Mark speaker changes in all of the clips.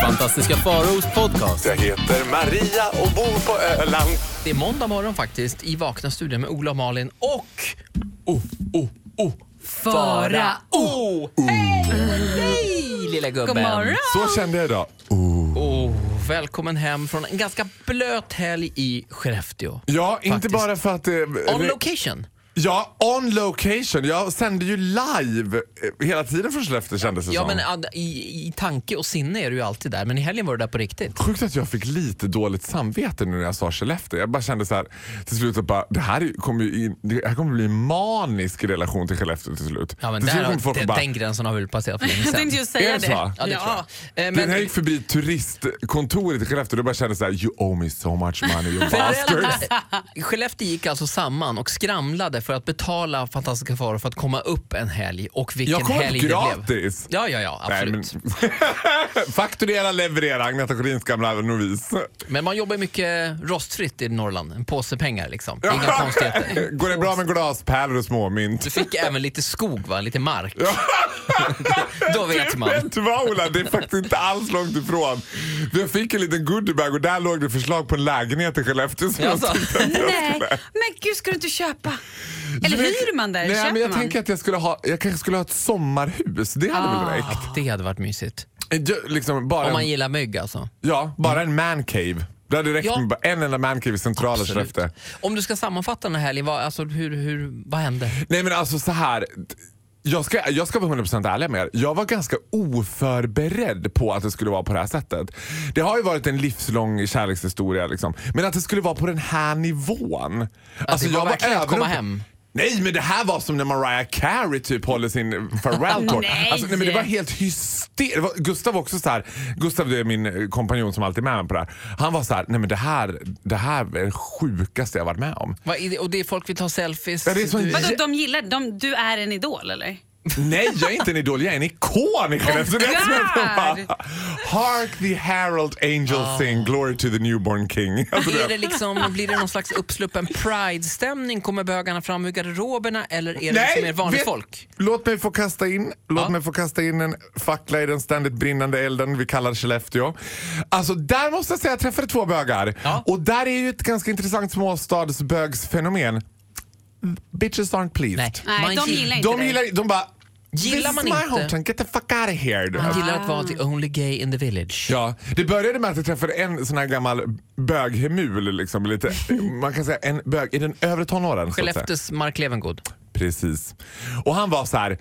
Speaker 1: fantastiska Faros podcast.
Speaker 2: Jag heter Maria och bor på Öland.
Speaker 1: Det är måndag morgon faktiskt i Vakna studion med Ola och Malin och... Oh, oh, oh.
Speaker 3: Fara.
Speaker 1: Oh! Hej! Hej lilla gubben!
Speaker 3: God morgon.
Speaker 2: Så kände jag idag.
Speaker 1: Oh, välkommen hem från en ganska blöt helg i Skellefteå.
Speaker 2: Ja, inte
Speaker 1: Faktiskt.
Speaker 2: bara för att... eh,
Speaker 1: On
Speaker 2: vi-
Speaker 1: location.
Speaker 2: Ja, on location. Jag sände ju live eh, hela tiden från Skellefteå kändes det
Speaker 1: Ja,
Speaker 2: som.
Speaker 1: men ad- i, i tanke och sinne är du ju alltid där, men i helgen var du där på riktigt.
Speaker 2: Sjukt att jag fick lite dåligt samvete nu när jag sa Skellefteå. Jag bara kände så här till slut att bara, det här är- kommer ju in, det här kommer bli en manisk relation till Skellefteå till slut.
Speaker 1: Ja, men
Speaker 2: till
Speaker 1: där,
Speaker 2: slut
Speaker 1: har-
Speaker 2: kommer folk
Speaker 1: den,
Speaker 2: att bara,
Speaker 1: den gränsen har väl passerat för länge
Speaker 3: Jag
Speaker 1: sedan.
Speaker 3: tänkte ju säga
Speaker 2: Är det
Speaker 3: det.
Speaker 2: så? Ja,
Speaker 1: Ja, det tror jag. Eh,
Speaker 2: Men när jag
Speaker 1: men-
Speaker 2: gick förbi turistkontoret i Skellefteå då bara kände jag så här, you owe me so much money you bastards.
Speaker 1: Skellefteå gick alltså samman och skramlade för att betala Fantastiska Faror för att komma upp en helg. Och vilken
Speaker 2: Jag kom
Speaker 1: helg det blev.
Speaker 2: gratis.
Speaker 1: Ja, ja, ja, absolut. men...
Speaker 2: men... Fakturera, leverera, Agneta Sjödins gamla novis.
Speaker 1: man jobbar mycket rostfritt i Norrland. En påse pengar liksom. Det är Inga konstigheter.
Speaker 2: Går det bra med glaspärlor och småmynt?
Speaker 1: Du fick även lite skog, va? lite mark. Då vet man.
Speaker 2: Vet du vad Ola, det är faktiskt inte alls långt ifrån. Jag fick en liten goodiebag och där låg det förslag på en lägenhet i Skellefteå. Som
Speaker 1: Jaså?
Speaker 2: jag tyckte att jag
Speaker 3: Nej,
Speaker 2: skulle-
Speaker 3: men gud ska du inte köpa? Eller hyr man där?
Speaker 2: Nej,
Speaker 3: Köper
Speaker 2: men jag
Speaker 3: man?
Speaker 2: tänker att jag, skulle ha, jag kanske skulle ha ett sommarhus. Det hade väl räckt?
Speaker 1: Det hade varit mysigt.
Speaker 2: Jag- Liksom bara
Speaker 1: Ah. Om man
Speaker 2: en,
Speaker 1: gillar mygg alltså.
Speaker 2: ja, bara en mancave. Det hade räckt
Speaker 1: Ja.
Speaker 2: med bara en enda mancave i centrala Skellefteå.
Speaker 1: Om du ska sammanfatta den här helgen, vad, alltså, hur, hur, vad hände?
Speaker 2: Nej men alltså så här. Jag ska, jag ska vara 100% ärlig med er. Jag var ganska oförberedd på att det skulle vara på det här sättet. Det har ju varit en livslång kärlekshistoria. Liksom. Men att det skulle vara på den här nivån. Alltså,
Speaker 1: det var verkligen att
Speaker 2: överrumpl-
Speaker 1: komma hem.
Speaker 2: Nej men det här var som när Mariah Carey typ håller sin farewell tour.
Speaker 3: Nej.
Speaker 2: Alltså, nej men det var helt hysteriskt. Gustav var också så här. Gustav det är min eh, kompanjon som alltid är med mig på det här. Han var så här, nej men det här, det här är det sjukaste jag varit med om.
Speaker 1: Vad är det? Och det är folk vill ta selfies.
Speaker 2: Ja, det är sån
Speaker 1: Du-
Speaker 3: Vadå, de gillar, de, du är en idol eller?
Speaker 2: Nej, jag är inte en idol, jag är en
Speaker 1: Oh
Speaker 2: ikon i Skellefteå. Det är som att de bara, Hark the Herald Angels sing, glory to the newborn king. Alltså
Speaker 1: Är det
Speaker 2: det.
Speaker 1: liksom, blir det någon slags uppsluppen pride-stämning? Kommer bögarna fram ur garderoberna eller är det liksom
Speaker 2: Nej,
Speaker 1: mer vanligt
Speaker 2: vet-
Speaker 1: folk?
Speaker 2: Låt mig få kasta in Låt
Speaker 1: Ja.
Speaker 2: mig få kasta in en fackla i den ständigt brinnande elden vi kallar Skellefteå. Alltså där måste jag säga jag träffade två bögar.
Speaker 1: Ja.
Speaker 2: Och där är ju ett ganska intressant småstadsbögsfenomen. Bitches aren't pleased.
Speaker 1: Nej,
Speaker 3: Nej,
Speaker 1: man
Speaker 3: de gillar inte
Speaker 2: De
Speaker 3: dig.
Speaker 2: gillar de bara
Speaker 1: Gillar
Speaker 2: This
Speaker 1: man
Speaker 2: is my
Speaker 1: inte?"
Speaker 2: hometown, get the fuck out of here. du vet.
Speaker 1: Man gillar att vara the only gay in the village.
Speaker 2: Ja, det började med att jag träffade en sån här gammal böghemul. Liksom, lite, man kan säga en bög i den övre tonåren. så att säga.
Speaker 1: Skellefteås Mark Levengood.
Speaker 2: Precis. Och han var så här.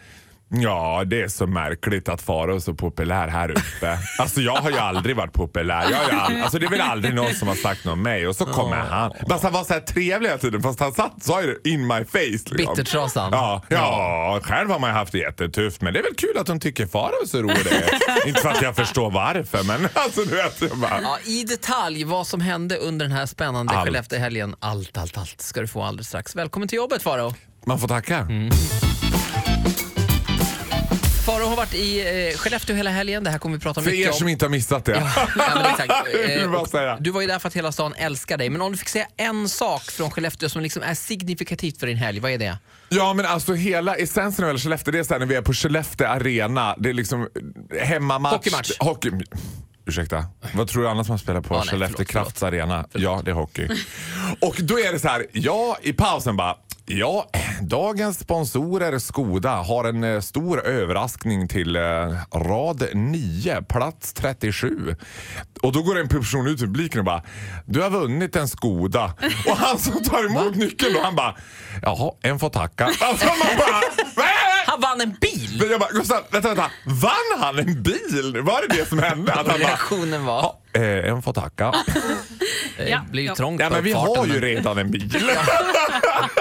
Speaker 2: Ja, det är så märkligt att Farao är så populär här uppe. Alltså jag har ju aldrig varit populär. Jag har ju all... alltså, det är väl aldrig någon som har sagt något om mig. Och så kommer han. Fast han var så här trevlig hela tiden. Fast han satt, sa ju det in my face. Liksom.
Speaker 1: Bittertrasan.
Speaker 2: Ja, ja, själv har man ju haft det jättetufft. Men det är väl kul att hon tycker Farao är så rolig. Inte för att jag förstår varför, men alltså du vet. Jag bara...
Speaker 1: Ja, I detalj vad som hände under den här spännande
Speaker 2: Allt.
Speaker 1: Skellefteåhelgen. Allt, allt, allt ska du få alldeles strax. Välkommen till jobbet Faro.
Speaker 2: Man får tacka.
Speaker 1: Mm. Faro har varit i eh, Skellefteå hela helgen. Det här kommer vi prata
Speaker 2: För
Speaker 1: mycket
Speaker 2: er
Speaker 1: om.
Speaker 2: som inte har missat det.
Speaker 1: Ja, men exakt.
Speaker 2: Det är
Speaker 1: Eh,
Speaker 2: bara
Speaker 1: och
Speaker 2: att säga.
Speaker 1: Du var ju där för att hela stan älskar dig. Men om du fick säga en sak från Skellefteå som liksom är signifikativt för din helg, vad är det?
Speaker 2: Ja men alltså hela essensen av hela Skellefteå, det är såhär när vi är på Skellefteå arena. Det är liksom hemmamatch.
Speaker 1: Hockeymatch.
Speaker 2: Hockey. Ursäkta, vad tror du annars man spelar på?
Speaker 1: Ja, nej,
Speaker 2: Skellefteå
Speaker 1: förlåt,
Speaker 2: Krafts arena. Ja, det är hockey. Och då är det så här, ja i pausen bara. Ja, dagens sponsorer Skoda har en eh, stor överraskning till eh, rad 9, plats 37. Och då går en person ut i publiken och bara, du har vunnit en Skoda. Och han som tar emot nyckeln då, han bara, jaha, en får tacka. Alltså man bara, "Va?"
Speaker 1: Han vann en bil!
Speaker 2: Men jag bara, Gustav, vänta, vänta. Vann han en bil? Var det det som hände? Att han bara,
Speaker 1: Reaktionen var...
Speaker 2: ja, eh, en får tacka.
Speaker 1: Det
Speaker 3: Ja,
Speaker 1: Eh, blir ju
Speaker 3: ja.
Speaker 1: trångt
Speaker 2: Ja,
Speaker 1: på
Speaker 2: men vi
Speaker 1: uppfarten,
Speaker 2: har ju
Speaker 1: men
Speaker 2: redan en bil.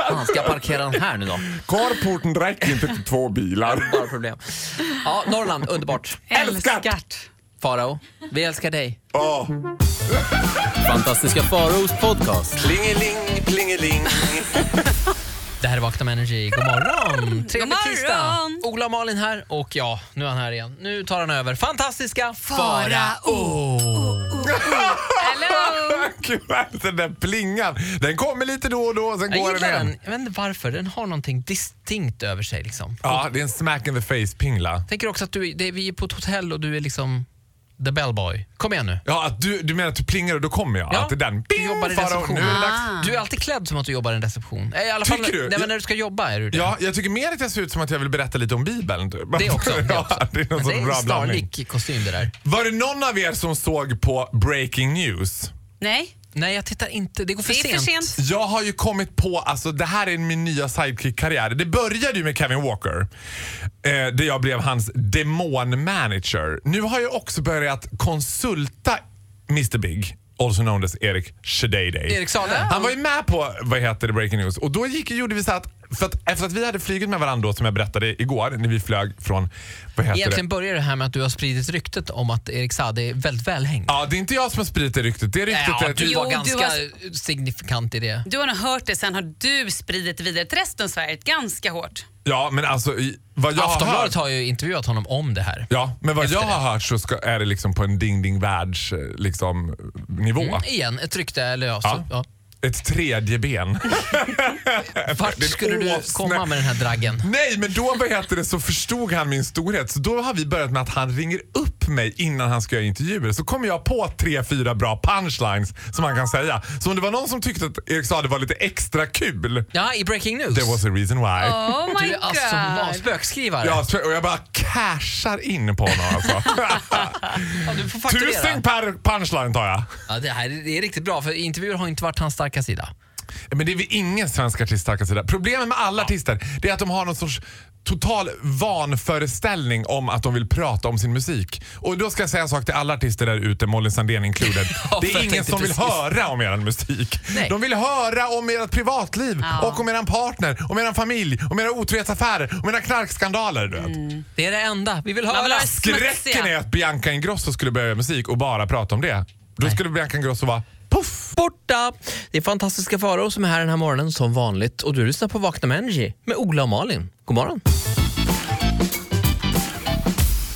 Speaker 1: fan, Ska jag parkera den här nu då?
Speaker 2: Carporten räcker inte till två bilar.
Speaker 1: Bara problem. Ja, Norrland, underbart.
Speaker 2: Älskat!
Speaker 3: Älskat.
Speaker 1: Farao, vi älskar dig.
Speaker 2: Åh.
Speaker 1: Fantastiska Faraos podcast.
Speaker 2: Plingeling, plingeling.
Speaker 1: Det här är Vakna med Energy. God morgon! Trevlig
Speaker 3: God
Speaker 1: tisdag.
Speaker 3: morgon.
Speaker 1: Ola och Malin här och ja, nu är han här igen. Nu tar han över. Fantastiska
Speaker 3: Hello!
Speaker 2: Gud, den där plingan. Den kommer lite då och då, och sen
Speaker 1: Jag
Speaker 2: går den
Speaker 1: gillar den.
Speaker 2: igen.
Speaker 1: Jag vet inte varför. Den har någonting distinkt över sig. Liksom.
Speaker 2: Ja, det är en smack in the face-pingla.
Speaker 1: Tänker också att du, det, vi är på ett hotell och du är liksom the bellboy. Kom igen nu.
Speaker 2: Ja, att du, du menar att du plingar och då kommer jag?
Speaker 1: Ja.
Speaker 2: Att det är den...
Speaker 1: Du jobbar i
Speaker 2: Farao,
Speaker 1: reception.
Speaker 2: Nu är det dags.
Speaker 3: Ah.
Speaker 1: Du är alltid klädd som att du jobbar i en reception. Eh, I alla fall,
Speaker 2: Tycker du?
Speaker 1: Nej,
Speaker 2: Jag-
Speaker 1: men när du ska jobba är du det.
Speaker 2: Ja, jag tycker mer att jag ser ut som att jag vill berätta lite om Bibeln. typ.
Speaker 1: Det också. Det, också.
Speaker 2: Ja, det är
Speaker 1: Men
Speaker 2: någon
Speaker 1: det
Speaker 2: sån
Speaker 1: är
Speaker 2: bra
Speaker 1: en
Speaker 2: blandning.
Speaker 1: snarlik kostym det där.
Speaker 2: Var det någon av er som såg på Breaking News?
Speaker 3: Nej,
Speaker 1: Nej, jag tittar inte. Det går för,
Speaker 3: det är för sent.
Speaker 2: Jag har ju kommit på, alltså det här är min nya sidekick-karriär. Det började ju med Kevin Walker, eh, där jag blev hans demon-manager. Nu har jag också börjat konsulta Mr Big, also known as Erik Shadayday.
Speaker 1: Erik Saade.
Speaker 2: Han var ju med på vad heter det, Breaking News och då gick, gjorde vi så att, för att efter att vi hade flugit med varandra då, som jag berättade igår när vi flög från, vad heter det?
Speaker 1: Egentligen börjar det här med att du har spridit ryktet om att Erik Saade är väldigt välhängd.
Speaker 2: Ja, det är inte jag som har spridit det ryktet. Det ryktet
Speaker 1: Ja,
Speaker 2: är
Speaker 1: du
Speaker 2: att-
Speaker 3: Jo,
Speaker 1: var
Speaker 3: du
Speaker 1: ganska
Speaker 3: var-
Speaker 1: signifikant i det.
Speaker 3: Du har nog hört det, sen har du spridit det vidare till resten av Sverige ganska hårt.
Speaker 2: Ja, men alltså i, vad jag har hört...
Speaker 1: Aftonbladet har ju intervjuat honom om det här.
Speaker 2: Ja, men vad
Speaker 1: Efter
Speaker 2: jag
Speaker 1: det.
Speaker 2: har hört så ska, är det liksom på en ding ding världs eh, liksom, nivå.
Speaker 1: Igen, ett rykte. Eller ja,
Speaker 2: Ja.
Speaker 1: så, ja.
Speaker 2: Ett tredje ben.
Speaker 1: Vart
Speaker 2: Det är
Speaker 1: skulle du
Speaker 2: åsne.
Speaker 1: komma med den här draggen?
Speaker 2: Nej, men då vad heter det, så förstod han min storhet. Så då har vi börjat med att han ringer upp mig innan han ska göra intervjuer. Så kommer jag på tre, fyra bra punchlines som han kan säga. Så om det var någon som tyckte att Erik Saade var lite extra kul,
Speaker 1: Ja, i Breaking News.
Speaker 2: there was a reason why.
Speaker 3: Oh my
Speaker 1: du är alltså vad,
Speaker 3: god.
Speaker 1: spökskrivare.
Speaker 2: Ja, och jag bara cashar in på honom alltså.
Speaker 1: Ja, du får fakturera.
Speaker 2: Tusen per punchline tar jag.
Speaker 1: Ja, det här det är riktigt bra, för intervjuer har inte varit hans starka sida.
Speaker 2: Men det är väl ingen svensk artist starka sida. Problemet med alla artister det är att de har någon sorts total vanföreställning om att de vill prata om sin musik. Och då ska jag säga en sak till alla artister där ute, Molly Sandén included.
Speaker 1: Ja,
Speaker 2: det
Speaker 1: för
Speaker 2: är
Speaker 1: jag
Speaker 2: ingen
Speaker 1: tänkte
Speaker 2: som vill
Speaker 1: precis.
Speaker 2: höra om er musik.
Speaker 1: Nej.
Speaker 2: De vill höra om ert privatliv
Speaker 3: Ja.
Speaker 2: och om er partner, om er familj, om era otrohetsaffärer, om era knarkskandaler. Du vet.
Speaker 1: Det är det enda vi vill höra.
Speaker 3: Man vill ha
Speaker 2: Skräcken
Speaker 3: smutsiga.
Speaker 2: är att Bianca Ingrosso skulle börja göra musik och bara prata om det. Då skulle Bianca Ingrosso vara poff!
Speaker 1: borta. Det är fantastiska Farao som är här den här morgonen som vanligt. Och du lyssnar på Vakna med Energy med Ola och Malin. God morgon.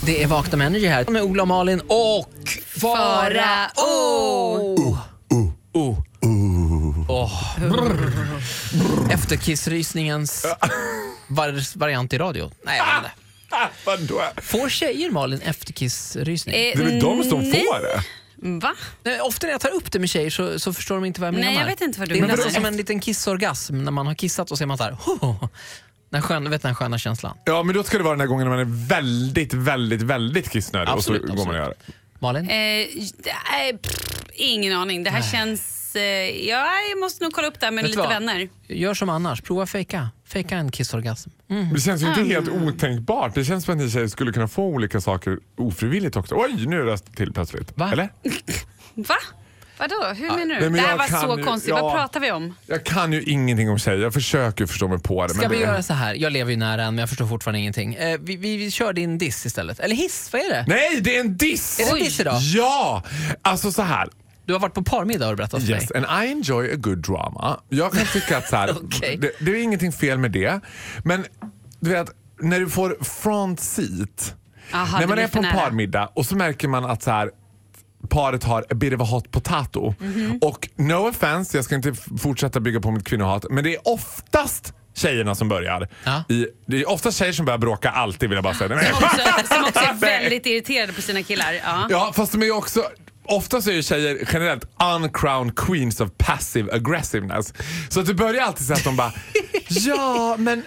Speaker 1: Det är Vakna med Energy här med Ola och Malin och
Speaker 3: Farao.
Speaker 1: Oh. Åh. Efterkissrysningens var- variant i radio. Nej, jag vet inte.
Speaker 2: Ah, vadå?
Speaker 1: Får tjejer, Malin, efterkissrysning?
Speaker 3: Eh,
Speaker 2: Det är väl de som
Speaker 3: nej.
Speaker 2: får det?
Speaker 3: Va?
Speaker 1: Nej, Ofta när jag tar upp det med tjejer så, så förstår de inte vad jag
Speaker 3: Eh. Nej,
Speaker 1: menar.
Speaker 3: jag vet inte vad du
Speaker 1: det är
Speaker 3: menar.
Speaker 1: nästan som en liten kissorgasm. När man har kissat och så är man så här... "Ho!" Den sköna, vet den sköna känslan.
Speaker 2: Ja, men då ska det vara den där gången när man är väldigt, väldigt, väldigt kissnödig
Speaker 1: Absolut,
Speaker 2: och så går man
Speaker 1: absolut.
Speaker 2: och gör det.
Speaker 1: Malin?
Speaker 3: Eh, det är- pff, ingen aning. Det här känns... Eh, ja, jag måste nog kolla upp det här med
Speaker 1: Vet du
Speaker 3: lite
Speaker 1: vad?
Speaker 3: vänner.
Speaker 1: Gör som annars. Prova att fejka. Fejka en kissorgasm. Mm.
Speaker 2: Det känns ju inte helt otänkbart. Det känns som att ni tjejer skulle kunna få olika saker ofrivilligt också. Oj, nu röst till plötsligt.
Speaker 1: Va?
Speaker 2: Eller?
Speaker 3: Va? Vadå? Hur menar du?
Speaker 2: men
Speaker 3: Det här
Speaker 2: jag
Speaker 3: var
Speaker 2: kan
Speaker 3: så
Speaker 2: ju-
Speaker 3: konstigt.
Speaker 2: ja.
Speaker 3: Vad pratar vi om?
Speaker 2: Jag kan ju ingenting om tjejer. Jag försöker förstå mig på det.
Speaker 1: Ska
Speaker 2: men
Speaker 1: vi
Speaker 2: det...
Speaker 1: göra så här? Jag lever ju nära en, men jag förstår fortfarande ingenting. Eh, vi, vi, vi kör din diss istället. Eller hiss, vad är det?
Speaker 2: Nej, det är en diss!
Speaker 1: Är det en
Speaker 3: Oj.
Speaker 1: diss idag?
Speaker 2: Ja! Alltså så här.
Speaker 1: Du har varit på parmiddag har du berättat för
Speaker 2: Yes,
Speaker 1: mig.
Speaker 2: and I enjoy a good drama. Jag kan tycka att så här,
Speaker 1: Okej.
Speaker 2: det, det är ingenting fel med det. Men du vet, när du får front seat,
Speaker 3: Aha,
Speaker 2: när
Speaker 3: det
Speaker 2: man
Speaker 3: blir
Speaker 2: är på
Speaker 3: för
Speaker 2: en
Speaker 3: nära.
Speaker 2: parmiddag och så märker man att så här, paret har a bit of a hot potato.
Speaker 3: Mhm.
Speaker 2: Och no offense, jag ska inte f- fortsätta bygga på mitt kvinnohat, men det är oftast tjejerna som börjar.
Speaker 1: Ja.
Speaker 2: I, det är oftast tjejer som börjar bråka alltid vill jag bara säga. Nej,
Speaker 3: Som också, som också är väldigt irriterade på sina killar. Ja.
Speaker 2: Ja, fast de är ju också... Ofta så är ju tjejer generellt uncrowned queens of passive aggressiveness. Så att det börjar alltid så att de bara, ja men...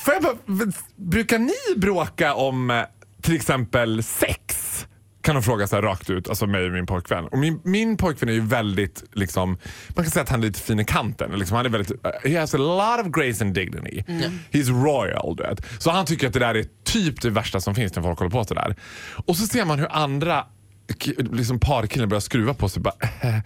Speaker 2: Får jag bara, v- brukar ni bråka om eh, till exempel sex? Kan de fråga så här rakt ut, alltså mig och min pojkvän. Och min, min pojkvän är ju väldigt, liksom, man kan säga att han är lite fin i kanten. Liksom, han är väldigt, uh, he has a lot of grace and dignity. He's royal, du vet. Så han tycker att det där är typ det värsta som finns när folk håller på så där. Och så ser man hur andra ki- liksom parkillen börjar skruva på sig. Bara,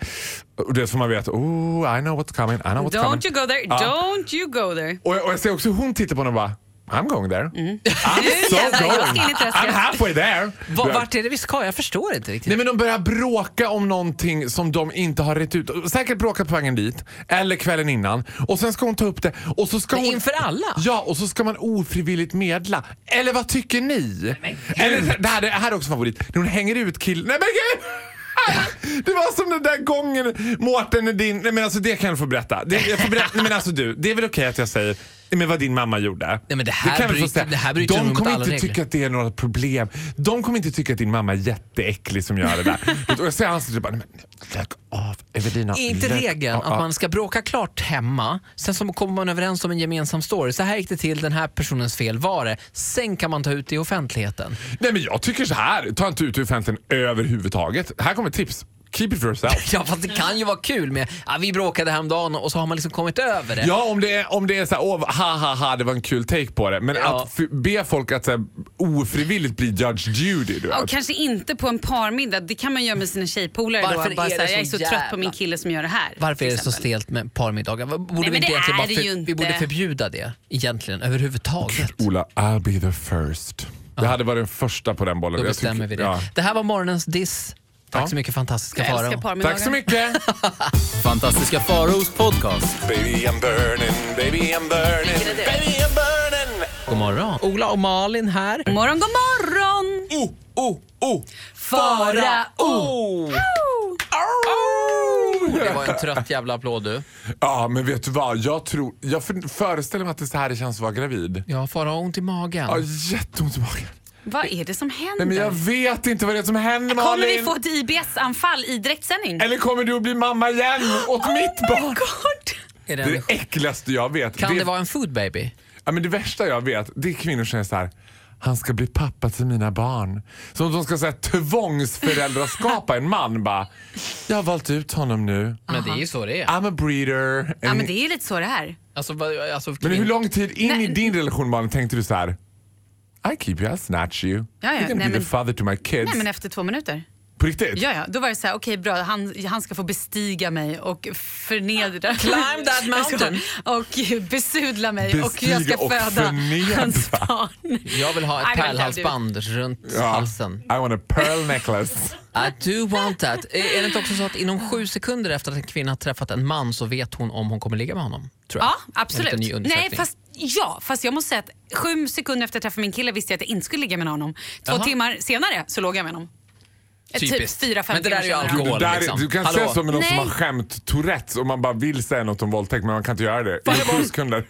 Speaker 2: och det får man veta, oh I know what's coming, I know what's coming.
Speaker 3: Don't you go there,
Speaker 2: Ja.
Speaker 3: don't you go there.
Speaker 2: Och jag, och jag ser också hur hon tittar på honom och bara I'm going there.
Speaker 3: Nu
Speaker 2: I'm so
Speaker 3: Mm. jävlar, jag
Speaker 2: going.
Speaker 3: ska in i träsket.
Speaker 2: I'm halfway there.
Speaker 1: Va- Vart är det vi ska? Jag förstår inte riktigt.
Speaker 2: Nej men de börjar bråka om någonting som de inte har rätt ut. Säkert bråkat på vägen dit eller kvällen innan. Och sen ska hon ta upp det och så ska
Speaker 1: Men
Speaker 2: hon...
Speaker 1: inför alla?
Speaker 2: Ja, och så ska man ofrivilligt medla. Eller vad tycker ni? Eller, det, här, det här är också favorit. När hon hänger ut killen. Nej men gud! Det var som den där gången Mårten Hedin... Nej men alltså det kan jag få berätta. Det, jag får berätta. Nej men alltså du, det är väl okej att jag säger... med vad din mamma gjorde.
Speaker 1: Nej, men det här
Speaker 2: kan vi få
Speaker 1: bryter-
Speaker 2: säga.
Speaker 1: det här bryter
Speaker 2: De
Speaker 1: mot
Speaker 2: kommer
Speaker 1: alla
Speaker 2: inte
Speaker 1: regler.
Speaker 2: tycka att det är några problem. De kommer inte tycka att din mamma är jätteäcklig som gör det där. Och jag ser hans typ bara, "Nej, men lägg av Evelina.
Speaker 1: Är inte
Speaker 2: lägg
Speaker 1: regeln
Speaker 2: av."
Speaker 1: att man ska bråka klart hemma, sen så kommer man överens om en gemensam story. Så här gick det till, den här personens fel var det. Sen kan man ta ut det i offentligheten.
Speaker 2: Nej men jag tycker så här. Ta inte ut det ur offentligheten överhuvudtaget. Här kommer ett tips. Keep it for yourself.
Speaker 1: Ja, fast det kan ju vara kul med ja, vi bråkade häromdagen och så har man liksom kommit över det.
Speaker 2: Ja, om det är, om det är så här, åh, ha ha ha, det var en kul take på det. Men
Speaker 1: Ja.
Speaker 2: att f- be folk att så här, ofrivilligt bli Judge Judy. Du
Speaker 3: Och
Speaker 2: vet.
Speaker 3: kanske inte på en parmiddag. Det kan man göra med sina tjejpolare. då.
Speaker 1: Varför
Speaker 3: Bara
Speaker 1: är
Speaker 3: så
Speaker 1: det
Speaker 3: här,
Speaker 1: så
Speaker 3: jag är så trött på
Speaker 1: jävla-
Speaker 3: min kille som gör det här.
Speaker 1: Varför är
Speaker 3: till
Speaker 1: det så
Speaker 3: exempel.
Speaker 1: stelt med parmiddagar? Borde
Speaker 3: men
Speaker 1: vi, inte
Speaker 3: det
Speaker 1: egentligen bara
Speaker 3: är det ju
Speaker 1: vi
Speaker 3: inte.
Speaker 1: borde förbjuda det egentligen överhuvudtaget.
Speaker 2: Ola, I'll be the first. Det hade varit den första på den bollen.
Speaker 1: Då
Speaker 2: Jag
Speaker 1: bestämmer
Speaker 2: tycker-
Speaker 1: vi det.
Speaker 2: ja.
Speaker 1: Det här var morgonens diss. Tack
Speaker 2: Ja.
Speaker 1: så mycket fantastiska
Speaker 3: Jag älskar
Speaker 1: Farao.
Speaker 3: parmiddagar.
Speaker 2: Tack så mycket!
Speaker 1: Fantastiska Faraos podcast.
Speaker 2: baby I'm burning, baby I'm burning,
Speaker 3: Vilken är det?
Speaker 2: baby I'm burning.
Speaker 1: God morgon. Ola och Malin här.
Speaker 3: God morgon, god morgon!
Speaker 2: Oh, oh, oh.
Speaker 3: Farao!
Speaker 1: Det var en trött jävla applåd du.
Speaker 2: Ja, men vet du vad? Jag, tror, jag för- föreställer mig att det är så här det känns att vara gravid.
Speaker 1: Ja, Farao har ont i magen.
Speaker 2: Jag har jätteont i magen.
Speaker 3: Vad är det som händer?
Speaker 2: Nej, men jag vet inte vad det är som händer Malin.
Speaker 3: Kommer vi få ett IBS-anfall i direktsändning? Oh
Speaker 2: Eller kommer du att bli mamma igen åt mitt barn?
Speaker 3: God.
Speaker 1: Är det
Speaker 2: Det är
Speaker 1: en,
Speaker 2: det äckligaste jag vet.
Speaker 1: kan det vara en food baby?
Speaker 2: ja, men det värsta jag vet det är kvinnor som säger så här. Han ska bli pappa till mina barn. Som att de ska säga tvångsföräldraskapa en man. Bara, jag har valt ut honom nu.
Speaker 1: Men det är ju så det är.
Speaker 2: I'm a breeder.
Speaker 3: Ja,
Speaker 2: And-
Speaker 3: men det är ju lite så det är.
Speaker 1: Alltså, vad- alltså,
Speaker 2: men hur
Speaker 1: kvin-
Speaker 2: lång tid in
Speaker 3: Nej.
Speaker 2: i din relation Malin tänkte du så här. I keep you, I snatch you.
Speaker 3: ja,
Speaker 2: You're gonna
Speaker 3: nej,
Speaker 2: be
Speaker 3: men-
Speaker 2: the father to my kids.
Speaker 3: Nej, men efter två minuter.
Speaker 2: På riktigt?
Speaker 3: Ja, ja. Då var det så här, okej bra, han, han ska få bestiga mig och förnedra
Speaker 1: Climb that mountain.
Speaker 3: och besudla mig och
Speaker 2: Bestiga
Speaker 3: jag ska
Speaker 2: och
Speaker 3: föda
Speaker 2: förnedra.
Speaker 3: hans barn.
Speaker 1: Jag vill ha
Speaker 3: Nej,
Speaker 1: ett
Speaker 3: men
Speaker 1: pärlhalsband runt
Speaker 2: Ja.
Speaker 1: halsen.
Speaker 2: I want a pearl necklace.
Speaker 1: I do want that. Är är det inte också så att inom sju sekunder efter att en kvinna har träffat en man så vet hon om hon kommer ligga med honom? Tror jag.
Speaker 3: Ja,
Speaker 1: Enligt en ny
Speaker 3: absolut.
Speaker 1: undersökning.
Speaker 3: Nej, fast, ja, fast jag måste säga att sju sekunder efter att jag träffade min kille visste jag att jag inte skulle ligga med honom. Två
Speaker 1: Jaha.
Speaker 3: timmar senare så låg jag med honom. Eh,
Speaker 1: Typiskt.
Speaker 3: Typ fyra, fem
Speaker 1: Men det där
Speaker 3: timmar
Speaker 1: är ju
Speaker 3: senare.
Speaker 1: alkohol.
Speaker 2: Det där,
Speaker 1: liksom.
Speaker 2: Du kan
Speaker 1: Hallå?
Speaker 2: säga så med någon som
Speaker 3: Nej.
Speaker 2: har skämt Tourettes och man bara vill säga något om våldtäkt men man kan inte göra det. I sju sekunder.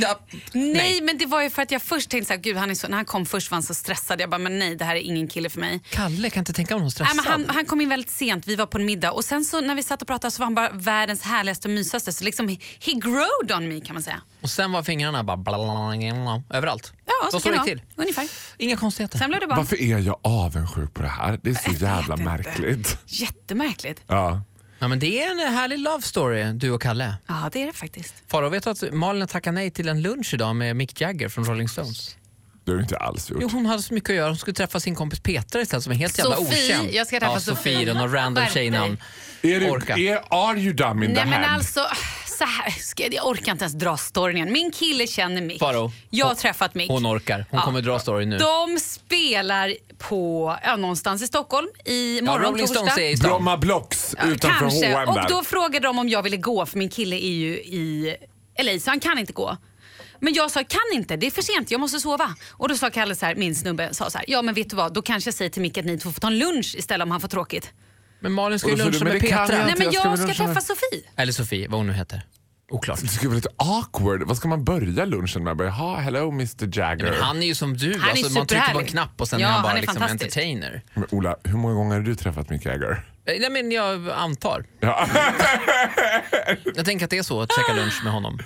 Speaker 1: Ja,
Speaker 3: Nej, men det var ju för att jag först tänkte så här, gud, han är så, när han kom först var han så stressad. Jag bara, men nej, det här är ingen kille för mig.
Speaker 1: Kalle kan inte tänka om hon är
Speaker 3: Nej,
Speaker 1: stressad.
Speaker 3: men han, han kom in väldigt sent, vi var på en middag och sen så när vi satt och pratade så var han bara världens härligaste och mysigaste. Så liksom, he, he growed on me kan man säga.
Speaker 1: Och sen var fingrarna bara blablabla, överallt.
Speaker 3: Ja, så
Speaker 1: så
Speaker 3: kan
Speaker 1: gick
Speaker 3: det
Speaker 1: till.
Speaker 3: vara. Ungefär.
Speaker 1: Inga konstigheter.
Speaker 3: Sen blev det barn.
Speaker 2: Varför är jag avundsjuk på det här? Det är så jävla
Speaker 3: inte.
Speaker 2: märkligt.
Speaker 3: Jättemärkligt.
Speaker 2: Ja.
Speaker 1: Ja, men det är en härlig love story, du och Kalle.
Speaker 3: Ja, det är det faktiskt.
Speaker 1: Farao, vet du att Malin har tackat nej till en lunch idag med Mick Jagger från Rolling Stones?
Speaker 2: Det har du inte alls gjort.
Speaker 1: Jo, hon hade så mycket att göra. Hon skulle träffa sin kompis Petra istället som är helt jävla
Speaker 3: Sofie.
Speaker 1: okänd.
Speaker 3: Jag ska träffa
Speaker 1: ja,
Speaker 3: Sofie.
Speaker 1: Sofie. och random
Speaker 3: Skärp dig.
Speaker 1: tjejnamn.
Speaker 2: Är
Speaker 1: Orka.
Speaker 2: du, är, are you dumb in
Speaker 3: Nej
Speaker 2: the
Speaker 3: men
Speaker 2: hand?
Speaker 3: alltså, så här, ska jag, jag orkar inte ens dra storyn igen. Min kille känner Mick.
Speaker 1: Faro,
Speaker 3: jag har träffat Mick.
Speaker 1: Hon orkar. Hon
Speaker 3: Ja.
Speaker 1: kommer dra story nu.
Speaker 3: De spelar på, ja, någonstans i Stockholm i
Speaker 1: Ja,
Speaker 3: morgon
Speaker 1: Rolling
Speaker 3: torsdag.
Speaker 1: Stones är i stan.
Speaker 2: Bromma Blocks
Speaker 3: Ja,
Speaker 2: utanför
Speaker 3: Kanske.
Speaker 2: H&M
Speaker 3: Och
Speaker 2: där.
Speaker 3: då frågade de om jag ville gå för min kille är ju i LA så han kan inte gå. Men jag sa kan inte, det är för sent, jag måste sova. Och då sa Kalle så här, min snubbe sa så här, ja men vet du vad, då kanske jag säger till Mick att ni två får ta en lunch istället om han får tråkigt.
Speaker 1: Men Malin ska ju
Speaker 2: Och då sa du,
Speaker 1: luncha
Speaker 2: men
Speaker 1: med
Speaker 2: det kan
Speaker 1: Petra.
Speaker 2: jag
Speaker 3: Nej
Speaker 2: inte,
Speaker 3: men
Speaker 2: jag ska
Speaker 3: jag
Speaker 2: väl
Speaker 3: ska
Speaker 2: luncha med-
Speaker 3: träffa Sofie.
Speaker 1: Eller Sofie, vad hon nu heter. Oklart.
Speaker 2: Det skulle vara lite awkward. Vad ska man börja lunchen med? Bara, ha, hello Mr Jagger.
Speaker 1: Men han är ju som du. alltså,
Speaker 3: är
Speaker 1: man trycker på en
Speaker 3: superhärlig.
Speaker 1: knapp och sen
Speaker 3: Ja,
Speaker 1: är han bara
Speaker 3: han är
Speaker 1: liksom
Speaker 3: fantastisk.
Speaker 1: entertainer.
Speaker 2: Men Ola, hur många gånger har du träffat Mick Jagger?
Speaker 1: Eh, Nej, men jag antar.
Speaker 2: Ja.
Speaker 1: Jag tänker att det är så att käka lunch med honom.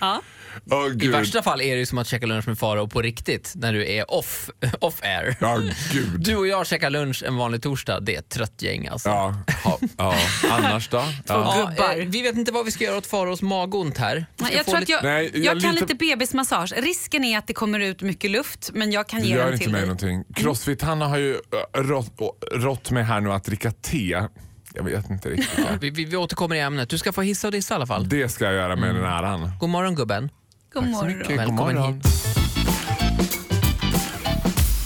Speaker 2: Åh,
Speaker 1: I
Speaker 2: gud.
Speaker 1: värsta fall är det ju som att käka lunch med Farao på riktigt när du är off, off air.
Speaker 2: Ja, gud.
Speaker 1: Du och jag käkar lunch en vanlig torsdag. Det är ett trött gäng alltså.
Speaker 2: Ja. Ja. ja. Annars då? Ja.
Speaker 1: Ja,
Speaker 3: gubbar.
Speaker 1: eh, vi vet inte vad vi ska göra åt Faraos magont här. Vi ska
Speaker 3: Jag
Speaker 1: få
Speaker 3: tror att
Speaker 1: lite-
Speaker 3: jag,
Speaker 2: Nej, jag
Speaker 3: jag, kan
Speaker 2: litar-
Speaker 3: lite bebismassage. Risken är att det kommer ut mycket luft men jag kan
Speaker 2: Det
Speaker 3: ge
Speaker 2: gör
Speaker 3: den
Speaker 2: inte
Speaker 3: till
Speaker 2: mig
Speaker 3: dig.
Speaker 2: någonting. Crossfit-Hanna har ju ö, rått, å, rått mig här nu att dricka te. Jag vet inte riktigt.
Speaker 1: vi, vi, vi återkommer i ämnet. Du ska få hissa och dissa i alla fall.
Speaker 2: Det ska jag göra med den äran.
Speaker 1: God morgon gubben.
Speaker 3: God morgon.
Speaker 2: Okej, god
Speaker 1: Mm. Välkommen
Speaker 2: morgon.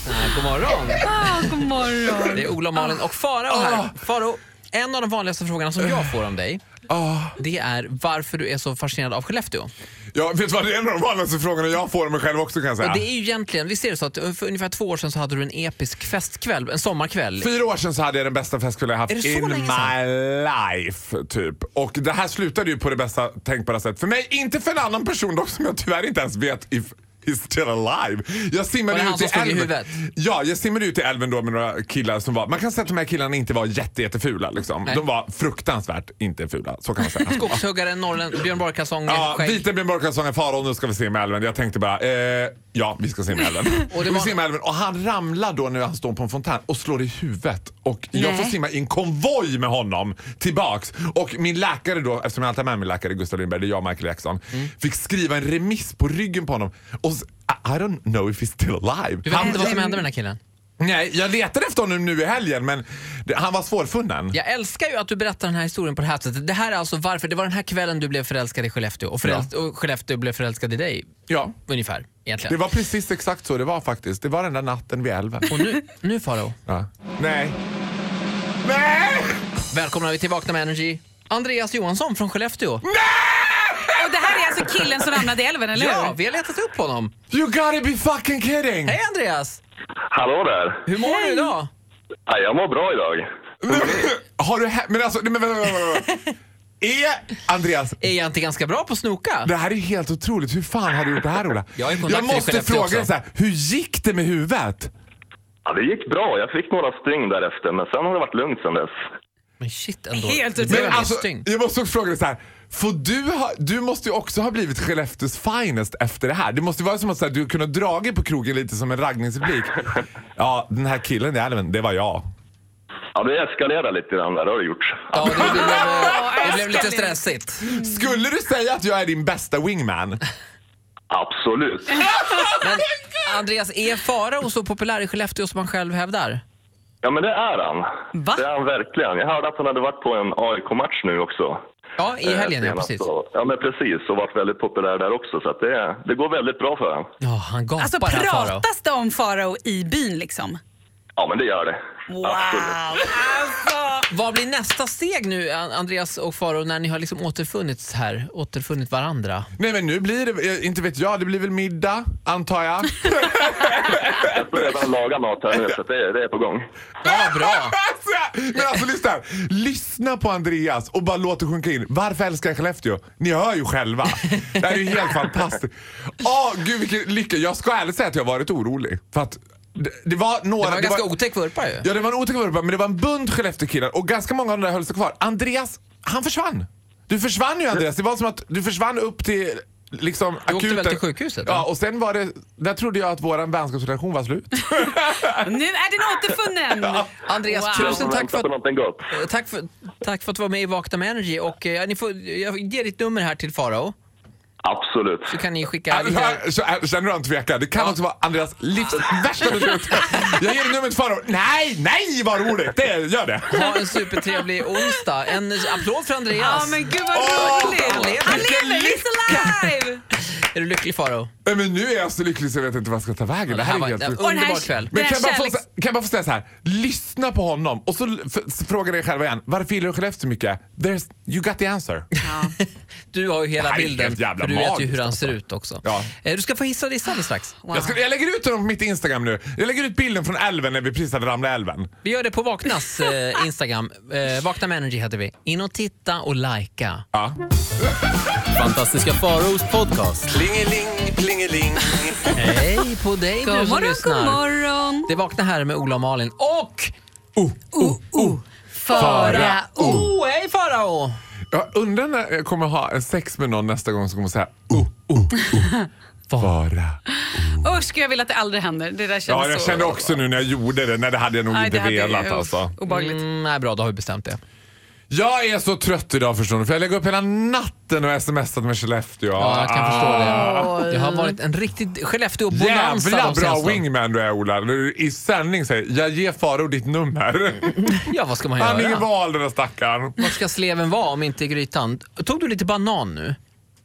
Speaker 1: Nej, god morgon.
Speaker 3: Ah, god morgon.
Speaker 1: Det är Ola, Malin och Farao här. Farao, en av de vanligaste frågorna som jag får om dig
Speaker 2: Ah,
Speaker 1: det är varför du är så fascinerad av Skellefteå.
Speaker 2: Ja, vet du vad, det är en av de vanligaste frågorna jag får om mig själv också kan jag säga.
Speaker 1: Och det är ju egentligen, visst är det så att för ungefär två år sedan så hade du en episk festkväll, en sommarkväll.
Speaker 2: Fyra år sedan så hade jag den bästa festkvällen jag haft
Speaker 1: Är det så
Speaker 2: in
Speaker 1: länge
Speaker 2: my life. Typ. Och det här slutade ju på det bästa tänkbara sätt. För mig, inte för en annan person dock som jag tyvärr inte ens vet if he's still alive. Jag simmade
Speaker 1: Var det han
Speaker 2: ut
Speaker 1: som
Speaker 2: i
Speaker 1: slog i
Speaker 2: älven.
Speaker 1: huvudet?
Speaker 2: Ja, jag simmade ut i älven då med några killar som var, man kan säga att de här killarna inte var jätte, jättefula liksom.
Speaker 1: Nej.
Speaker 2: De var fruktansvärt inte fula, så kan man säga.
Speaker 1: Skogshuggare, norrländ, Björn Borg-kalsonger,
Speaker 2: Ja,
Speaker 1: skägg.
Speaker 2: vita Björn Borg-kalsonger, Farao nu ska vi simma i älven. Jag tänkte bara, eh, ja vi ska simma i älven.
Speaker 1: Och
Speaker 2: och,
Speaker 1: det
Speaker 2: vi
Speaker 1: var-
Speaker 2: simmar i älven. och han ramlar då när han står på en fontän och slår i huvudet. Och jag
Speaker 3: Nej.
Speaker 2: får simma i en konvoj med honom tillbaks. Och min läkare då, eftersom jag alltid har med min läkare Gustav Lindberg, det är jag och Michael Jackson,
Speaker 1: Mm.
Speaker 2: fick skriva en remiss på ryggen på honom. Och s- I I don't know if he's still alive.
Speaker 1: Du vet inte vad som hände med den här killen?
Speaker 2: Nej, jag letade efter honom nu i helgen men det, han var svårfunnen.
Speaker 1: Jag älskar ju att du berättar den här historien på det här sättet. Det här är alltså varför, det var den här kvällen du blev förälskad i Skellefteå och, föräls- och Skellefteå blev förälskad i dig.
Speaker 2: Ja.
Speaker 1: Ungefär, egentligen.
Speaker 2: Det var precis exakt så det var faktiskt. Det var den där natten vid älven.
Speaker 1: Och nu, nu Faro,
Speaker 2: Ja. Nej. Nej!
Speaker 1: välkomnar vi till Vakna med Energy. Andreas Johansson från Skellefteå.
Speaker 3: Och det här är alltså killen som ramlade i älven, eller
Speaker 1: Ja,
Speaker 3: hur?
Speaker 1: vi har letat upp honom.
Speaker 2: You gotta be fucking kidding!
Speaker 1: Hej Andreas!
Speaker 4: Hallå där!
Speaker 1: Hur mår du idag?
Speaker 4: Ja, jag mår bra idag.
Speaker 2: Men, har du hä- Men alltså, nej, men vänta, vänta, vänta. vänta. Är Andreas,
Speaker 1: Är jag inte ganska bra på att snoka?
Speaker 2: det här är ju helt otroligt. Hur fan har du gjort det här Ola?
Speaker 1: Jag är i kontakt
Speaker 2: jag
Speaker 1: med
Speaker 2: måste
Speaker 1: Skellefteå
Speaker 2: fråga
Speaker 1: också.
Speaker 2: dig så här, hur gick det med huvudet?
Speaker 4: Ja, det gick bra. Jag fick några stygn därefter, men sen har det varit lugnt sen dess.
Speaker 1: Men shit ändå.
Speaker 3: Helt
Speaker 1: Det blev
Speaker 2: Men
Speaker 1: en
Speaker 2: alltså,
Speaker 1: stygn.
Speaker 2: jag måste också fråga dig så här. Får du, ha, du måste ju också ha blivit Skellefteås finest efter det här. Det måste ju vara som att så här, du kunde ha dragit på krogen lite som en raggningsreplik. Ja, den här killen i älven, det var jag.
Speaker 4: Ja, det eskalerar lite grann där, det har det gjort.
Speaker 1: Ja, det, det, blev, eh, det blev lite
Speaker 3: älskling.
Speaker 1: stressigt.
Speaker 2: Skulle du säga att jag är din bästa wingman?
Speaker 4: Absolut.
Speaker 1: Men Andreas, är Farao så populär i Skellefteå som han själv hävdar?
Speaker 4: Ja, men det är han.
Speaker 1: Va?
Speaker 4: Det är han verkligen. Jag hörde att han hade varit på en AIK-match nu också.
Speaker 1: Ja, i helgen ja,
Speaker 4: Eh, senast
Speaker 1: precis.
Speaker 4: då. Ja, men precis. Och varit väldigt populär där också, så att det, det går väldigt bra för honom.
Speaker 1: Ja, han gapar
Speaker 3: Alltså
Speaker 1: här Farao.
Speaker 3: pratas det om Farao i byn liksom?
Speaker 4: Ja, men det gör det.
Speaker 3: Wow!
Speaker 4: Absolut.
Speaker 3: Alltså.
Speaker 1: Vad blir nästa steg nu, An- Andreas och Faro när ni har liksom återfunnits här, återfunnit varandra?
Speaker 2: Nej men nu blir det, eh, inte vet jag, det blir väl middag antar jag.
Speaker 4: Jag ska redan laga mat här nu, så att det, det är på gång.
Speaker 1: Ja, bra!
Speaker 2: men alltså lyssna här. Lyssna på Andreas och bara låt det sjunka in. Varför älskar jag Skellefteå? Ni hör ju själva. Det här är ju helt fantastiskt. Åh gud vilken lycka. Jag ska ärligt säga att jag varit orolig. För att det, det var några...
Speaker 1: Det var en ganska otäck vurpa ju.
Speaker 2: Ja det var en otäck vurpa men det var en bunt Skellefteåkillar och ganska många av de där höll sig kvar. Andreas, han försvann. Du försvann ju Andreas. Det var som att du försvann upp till liksom
Speaker 1: Du åkte
Speaker 2: akuten.
Speaker 1: väl till sjukhuset,
Speaker 2: Ja
Speaker 1: va?
Speaker 2: och sen var det, där trodde jag att vår vänskapsrelation var slut.
Speaker 3: Nu är den återfunnen!
Speaker 1: Andreas,
Speaker 3: Wow.
Speaker 1: tusen-
Speaker 4: Jag
Speaker 1: tack
Speaker 4: väntar
Speaker 1: för-
Speaker 4: på någonting gott.
Speaker 1: Eh, Tack för, tack för att du var med i Vakna med Energy och eh, ni får, jag ger ditt nummer här till Farao
Speaker 4: Absolut.
Speaker 1: så kan ni skicka lite...
Speaker 2: Äh, Så- Känner du han tvekar? Det kan också vara Andreas livs värsta beslut. Jag ger dig numret Farao. Nej, nej vad roligt! Det, gör det.
Speaker 1: Ha en supertrevlig onsdag. En applåd för
Speaker 3: Ja,
Speaker 1: Andreas.
Speaker 3: men gud vad
Speaker 2: Åh,
Speaker 3: roligt!
Speaker 1: han lever.
Speaker 3: Han
Speaker 2: Vilken
Speaker 3: lever! He's alive!
Speaker 1: Är du lycklig Farao?
Speaker 2: Nej, Men nu är jag så lycklig så jag vet inte vad jag ska ta vägen.
Speaker 1: Det
Speaker 2: Det här
Speaker 1: här
Speaker 2: är
Speaker 1: var en
Speaker 2: helt sjukt.
Speaker 3: Och den här-
Speaker 1: underbar kväll.
Speaker 2: Men
Speaker 3: den
Speaker 2: kan
Speaker 3: här
Speaker 2: jag, bara få,
Speaker 3: kärleks-
Speaker 2: kan jag bara få säga så här. Lyssna på honom och så l- f- så frågar dig själva igen. Varför gillar du Skellefteå så mycket? There's, you got the answer.
Speaker 1: Du har ju
Speaker 2: Det
Speaker 1: hela
Speaker 2: här är
Speaker 1: bilden,
Speaker 2: helt jävla
Speaker 1: för du vet ju
Speaker 2: magiskt,
Speaker 1: hur han
Speaker 2: alltså.
Speaker 1: ser ut också.
Speaker 2: Ja.
Speaker 1: Eh, Du ska få hissa och dissa alldeles strax.
Speaker 2: Jag, ska, jag lägger ut honom på mitt Instagram nu. Jag lägger ut bilden från älven när vi precis hade ramlat i älven.
Speaker 1: Vi gör det på Vaknas eh, Instagram. Eh, Vakna med Energy heter vi. In och titta och lajka.
Speaker 2: Ja.
Speaker 5: Fantastiska Faraos podcast.
Speaker 6: Plingeling, plingeling.
Speaker 1: Hej på dig du
Speaker 3: God
Speaker 1: som
Speaker 3: morgon, god
Speaker 1: lyssnar.
Speaker 3: morgon!
Speaker 1: Det är Vakna här med Ola och Malin och
Speaker 3: Farao!
Speaker 1: Oh, hej Farao!
Speaker 2: Jag undrar när jag kommer ha en sex med någon nästa gång som kommer säga oh, oh, oh. Fara.
Speaker 3: Usch, skulle jag vill att det aldrig händer. Det där kändes
Speaker 2: Ja, jag
Speaker 1: Alltså-
Speaker 3: så...
Speaker 2: kände också nu när jag gjorde det. Nej, det hade jag nog
Speaker 3: Nej,
Speaker 2: inte
Speaker 3: det hade-
Speaker 2: velat
Speaker 3: usch,
Speaker 2: alltså.
Speaker 3: Obehagligt.
Speaker 1: Mm, nej, bra, då har vi bestämt det.
Speaker 2: Jag är så trött idag förstår ni, för jag lägger upp hela natten och smsat med Skellefteå. Ah.
Speaker 1: Ja, jag kan förstå det. Det har varit en riktig Skellefteå-bonanza
Speaker 2: Jävla
Speaker 1: de
Speaker 2: bra
Speaker 1: senaste
Speaker 2: wingman du är Ola. Du, I sändning säger jag, jag ger Faro ditt nummer.
Speaker 1: Ja, vad ska man
Speaker 2: Han har
Speaker 1: göra?
Speaker 2: inget val den där stackaren.
Speaker 1: Vad ska sleven vara om inte i grytan? Tog du lite banan nu?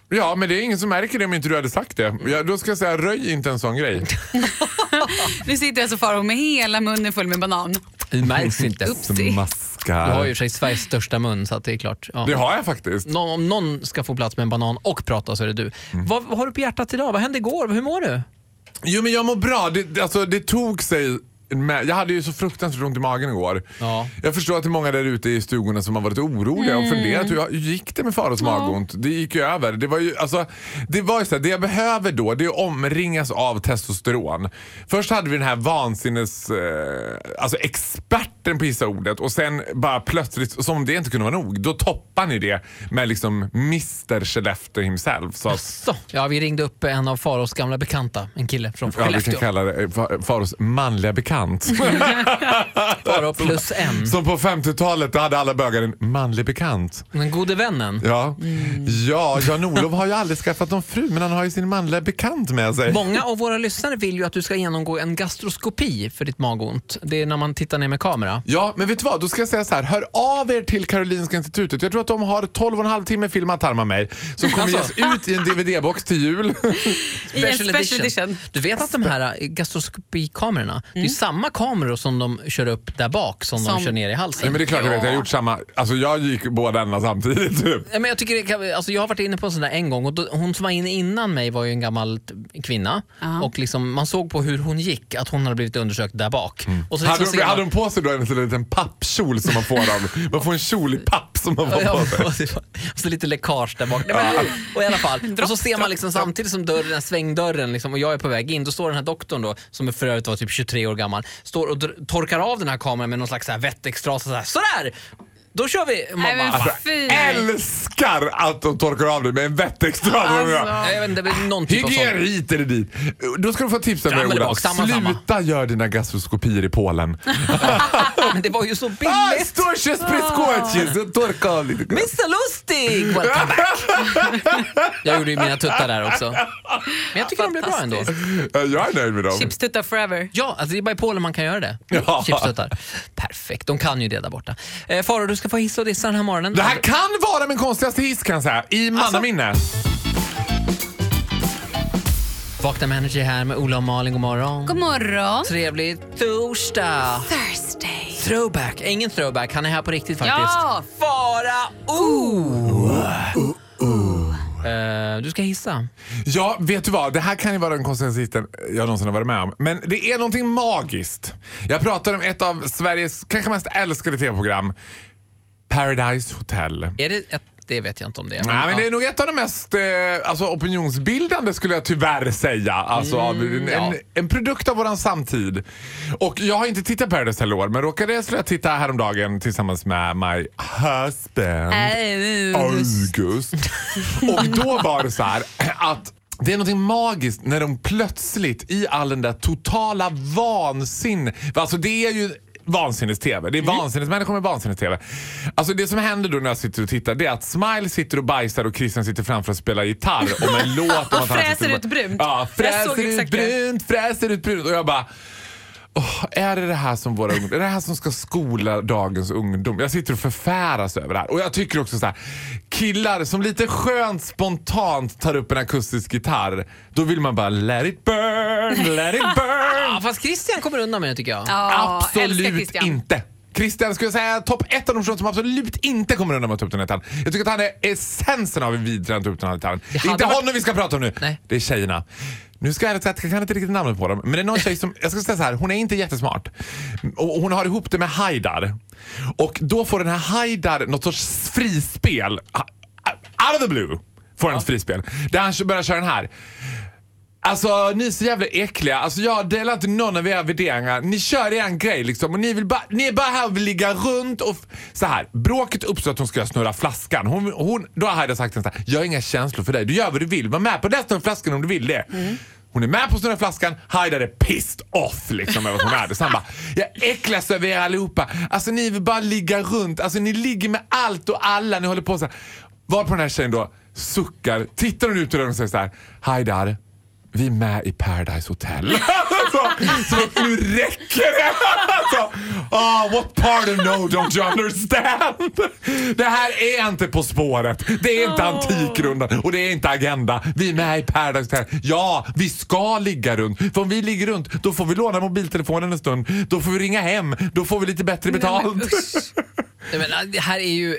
Speaker 2: Ja, men det är ingen som märker det om inte du hade sagt det. Ja, då ska jag säga, röj inte en sån grej.
Speaker 3: Nu sitter alltså Farao med hela munnen full med banan.
Speaker 1: Det märks inte.
Speaker 3: Upsi.
Speaker 2: Mask.
Speaker 1: Du har ju i och
Speaker 2: älskar.
Speaker 1: för sig Sveriges största mun så att det är klart. Ja.
Speaker 2: Det har jag faktiskt.
Speaker 1: Nå- om någon ska få plats med en banan och prata så är det du.
Speaker 2: Mm.
Speaker 1: Vad, vad har du på hjärtat idag? Vad hände igår? Hur mår du?
Speaker 2: Jo, men jag mår bra. Det, det- alltså, det tog sig med. Jag hade ju så fruktansvärt ont i magen igår.
Speaker 1: Ja.
Speaker 2: Jag förstår att det är många där ute i stugorna som har varit oroliga och funderat hur, hur gick det med Faraos magont? Det gick ju över. Det var ju, alltså, det, var ju så här, det jag behöver då det är att omringas av testosteron. Först hade vi den här vansinnes... Eh, alltså experten på gissa ordet och sen bara plötsligt, som om det inte kunde vara nog, då toppar ni det med liksom Mr Skellefteå himself. Så att,
Speaker 1: Så, ja, vi ringde upp en av Faros gamla bekanta, en kille från
Speaker 2: Ja, vi kan
Speaker 1: Skellefteå.
Speaker 2: kalla det eh, fa- Faros manliga bekant.
Speaker 1: Faro plus en.
Speaker 2: Som på 50-talet då hade alla bögar en manlig bekant.
Speaker 1: Den gode vännen.
Speaker 2: Ja,
Speaker 1: Mm.
Speaker 2: ja Jan-Olov har ju aldrig skaffat någon fru men han har ju sin manliga bekant med sig.
Speaker 1: Många av våra lyssnare vill ju att du ska genomgå en gastroskopi för ditt magont. Det är när man tittar ner med kamera.
Speaker 2: Ja, men vet du vad? Då ska jag säga så här. Hör av er till Karolinska Institutet. Jag tror att de har 12 och en halv timme filmat Tarma mig som kommer ges
Speaker 1: Alltså.
Speaker 2: ut i en DVD-box till jul.
Speaker 3: I en special edition. Mm.
Speaker 1: Du vet att de här eh, gastroskopikamerorna, det är ju samma kameror som de kör upp där bak som,
Speaker 3: Som-
Speaker 1: de kör ner i halsen.
Speaker 2: Ja, men det är klart jag vet, jag har gjort samma. Alltså jag gick båda ändarna samtidigt typ.
Speaker 1: Ja, men jag, tycker det kan, alltså jag har varit inne på en sån där en gång och då, hon som var inne innan mig var ju en gammal t- kvinna och liksom, man såg på hur hon gick att hon hade blivit undersökt där bak. Och så
Speaker 2: Mm. Hade
Speaker 1: liksom
Speaker 2: de,
Speaker 1: ser man-
Speaker 2: hade de på sig då en sån där liten pappkjol som man får av? Man får en kjol i papp som man får
Speaker 1: Ja,
Speaker 2: på sig.
Speaker 1: och så- och så lite läckage där bak. Nej, men, och i alla fall, och så ser man liksom samtidigt som dörren, den här svängdörren liksom, och jag är på väg in, då står den här doktorn då, som för övrigt var typ 23 år gammal, står och dr- torkar av den här kameran med någon slags så här vettextrasa sådär. Sådär! Då kör vi! Alltså, Och Man
Speaker 3: Nej,
Speaker 1: bara,
Speaker 3: men
Speaker 1: "Va?"
Speaker 3: fy.
Speaker 2: Älskar att de torkar av det med en vettextra.
Speaker 3: Alltså.
Speaker 1: Nej, jag vet inte, det blir någon typ av
Speaker 2: Hygien
Speaker 1: sån.
Speaker 2: hit eller dit. Då ska du få tipsa
Speaker 1: Fram
Speaker 2: med
Speaker 1: eller
Speaker 2: Ola.
Speaker 1: bak, samma,
Speaker 2: Sluta
Speaker 1: samma.
Speaker 2: göra dina gastroskopier i Polen.
Speaker 1: Men det var ju så
Speaker 2: Ah,
Speaker 1: billigt!
Speaker 2: står sig preskocis. Torka av lite grann.
Speaker 1: Mr Lustig! Welcome back! jag gjorde ju mina tuttar där också. Men jag tycker de blev bra ändå.
Speaker 2: Ja, Jag är nöjd med dem.
Speaker 3: Chipstuttar forever.
Speaker 1: Ja, alltså det är bara i Polen man kan göra det.
Speaker 2: Ja.
Speaker 1: Chipstuttar. Perfekt, de kan ju det där borta. Eh, Faro, du ska få hissa och dissa den här morgonen.
Speaker 2: Det här kan vara min konstigaste hiss kan jag säga. I mannaminne.
Speaker 1: Vakna med Energy här med Ola och Malin, god morgon.
Speaker 3: God morgon.
Speaker 1: Trevlig torsdag!
Speaker 3: Thursday.
Speaker 1: Throwback, ingen throwback, han är här på riktigt faktiskt.
Speaker 3: Ja,
Speaker 1: Fara oh. Eh, du ska hissa.
Speaker 2: Ja, vet du vad? Det här kan ju vara den konstigaste hissen jag någonsin har varit med om. Men det är någonting magiskt. Jag pratar om ett av Sveriges kanske mest älskade tv-program. Paradise Hotel.
Speaker 1: Är det ett, det vet jag inte om det är.
Speaker 2: Nej, men det
Speaker 1: ja.
Speaker 2: är nog ett av de mest eh, alltså, opinionsbildande skulle jag tyvärr säga. Alltså, av en,
Speaker 1: ja.
Speaker 2: en, en produkt av våran samtid. Och jag har inte tittat på Paradise Hotel i år, men råkade skulle jag titta häromdagen tillsammans med my husband. August. Och då var det så här att det är något magiskt när de plötsligt i all den där totala vansinne, alltså det är ju vansinnes-tv. Det är
Speaker 3: Mm.
Speaker 2: vansinnesmänniskor med vansinnes-tv. Alltså det som händer då när jag sitter och tittar det är att Smile sitter och bajsar och Christian sitter framför och spelar gitarr om en låt. Om att han
Speaker 3: fräser
Speaker 2: sitter och-
Speaker 3: ut brunt.
Speaker 2: Ja,
Speaker 3: Jag såg
Speaker 2: fräser ut
Speaker 3: exakt det.
Speaker 2: brunt, fräser ut brunt. Och jag bara Åh, är det det här som våra ungdomar, är det här som ska skola dagens ungdom? Jag sitter och förfäras över det här. Och jag tycker också så här, killar som lite skönt spontant tar upp en akustisk gitarr, då vill man bara let it burn, let it burn.
Speaker 1: Ah, fast Christian kommer undan med det tycker jag.
Speaker 3: Ja, älskar
Speaker 2: absolut
Speaker 3: Christian.
Speaker 2: inte. Christian skulle jag säga topp ett av de personer som absolut inte kommer undan med att ta upp den här gitarren. Jag tycker att han är essensen av hur vidrig han tog upp den här gitarren. Det är
Speaker 1: hade
Speaker 2: inte
Speaker 1: varit-
Speaker 2: honom vi ska prata om nu.
Speaker 1: Nej.
Speaker 2: Det är tjejerna. Nu ska jag ärligt säga att jag kan inte riktigt namnet på dem. Men det är någon tjej som, jag ska säga så här, hon är inte jättesmart. Och hon har ihop det med Haidar. Och då får den här Haidar något sorts frispel. Out of the blue får han ett frispel. Där han börjar köra den här. Alltså ni är så jävla äckliga. Alltså jag delar inte någon av era värderingar. Ni kör er grej liksom och ni, vill bara, ni är bara här och vill ligga runt och f- så här. Bråket uppstår att hon ska snurra flaskan. Hon, hon, då hade jag sagt till henne så här, jag har inga känslor för dig. Du gör vad du vill. Var med på resten av flaskan om du vill det. Hon är med på att snurra flaskan. Haidar är pissed off liksom över att hon är det. Så han bara, jag äcklas över er allihopa. Alltså ni vill bara ligga runt. Alltså ni ligger med allt och alla. Ni håller på så här. Var på den här tjejen då suckar, tittar hon ut ur den och säger så här, Haidar. Vi är med i Paradise Hotel. så, Alltså, så nu räcker det! Alltså, ah, what part of no don't you understand? Det här är inte På spåret, det är inte Antikrundan och det är inte Agenda. Vi är med i Paradise Hotel. Ja, vi ska ligga runt. För om vi ligger runt, då får vi låna mobiltelefonen en stund. Då får vi ringa hem, då får vi lite bättre betalt.
Speaker 1: Nej, men, det här är ju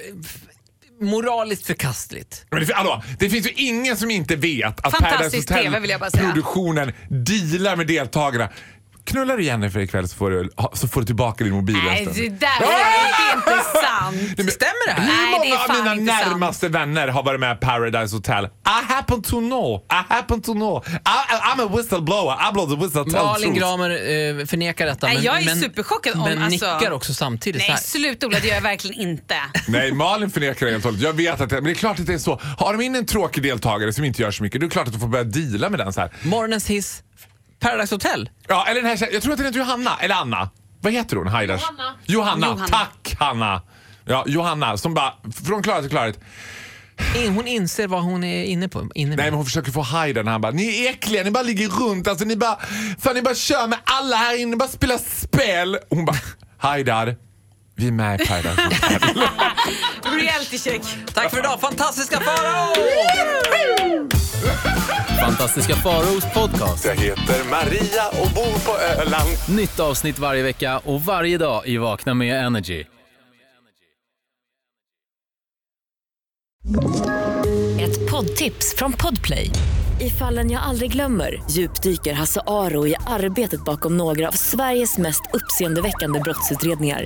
Speaker 1: moraliskt förkastligt.
Speaker 2: Men det, hallå, det finns ju ingen som inte vet att
Speaker 3: Fantastisk
Speaker 2: Paradise Hotel
Speaker 3: TV vill jag bara säga.
Speaker 2: produktionen dealar med deltagarna. Knullar du Jennifer ikväll så får du, ha- så får du tillbaka din mobil
Speaker 3: Nej,
Speaker 2: resten.
Speaker 3: det där
Speaker 2: Ah!
Speaker 3: är inte sant.
Speaker 2: Nej, men-
Speaker 1: Stämmer det här?
Speaker 3: Nej, det är
Speaker 2: Hur många
Speaker 3: fan
Speaker 2: av mina
Speaker 3: inte sant.
Speaker 2: närmaste vänner har varit med i Paradise Hotel? I happen to know, I happen to know. I, I, I'm a whistleblower, I blow the whistle, tell
Speaker 1: Malin
Speaker 2: truth.
Speaker 1: Gramer eh, förnekar detta
Speaker 3: Nej,
Speaker 1: men,
Speaker 3: jag är
Speaker 1: men,
Speaker 3: superchockad om,
Speaker 1: men
Speaker 3: alltså-
Speaker 1: nickar också samtidigt. så
Speaker 3: Nej,
Speaker 1: här.
Speaker 3: sluta Ola, det gör jag verkligen inte.
Speaker 2: Nej, Malin förnekar det helt och hållet. Jag vet att det, men det är klart att det är så. Har de in en tråkig deltagare som inte gör så mycket, då är det klart att du får börja deala med den så här.
Speaker 1: Morgonens hiss, Paradise Hotel.
Speaker 2: Ja, eller den här tjejen- Jag tror att den heter Johanna, eller Anna. Vad heter hon? Haidars?
Speaker 3: Johanna.
Speaker 2: Johanna.
Speaker 3: Johanna.
Speaker 2: Tack Hanna. Ja, Johanna som bara, från klarhet till klarhet.
Speaker 1: In- Eh, Hon inser vad hon är inne på. Inne
Speaker 2: Nej
Speaker 1: med.
Speaker 2: men hon försöker få Haidar när han bara, ni är äckliga, ni bara ligger runt, alltså ni bara, fan ni bara kör med alla här inne, ni bara spelar spel. Och Hon bara, Haidar, vi är med i Paradise Hotel."
Speaker 3: Reality check.
Speaker 1: Tack för idag, fantastiska Farao!
Speaker 5: Fantastiska Faraos podcast.
Speaker 2: Jag heter Maria och bor på Öland.
Speaker 5: Nytt avsnitt varje vecka och varje dag i Vakna med Energy.
Speaker 6: Ett poddtips från Podplay. I fallen jag aldrig glömmer djupdyker Hasse Aro i arbetet bakom några av Sveriges mest uppseendeväckande brottsutredningar.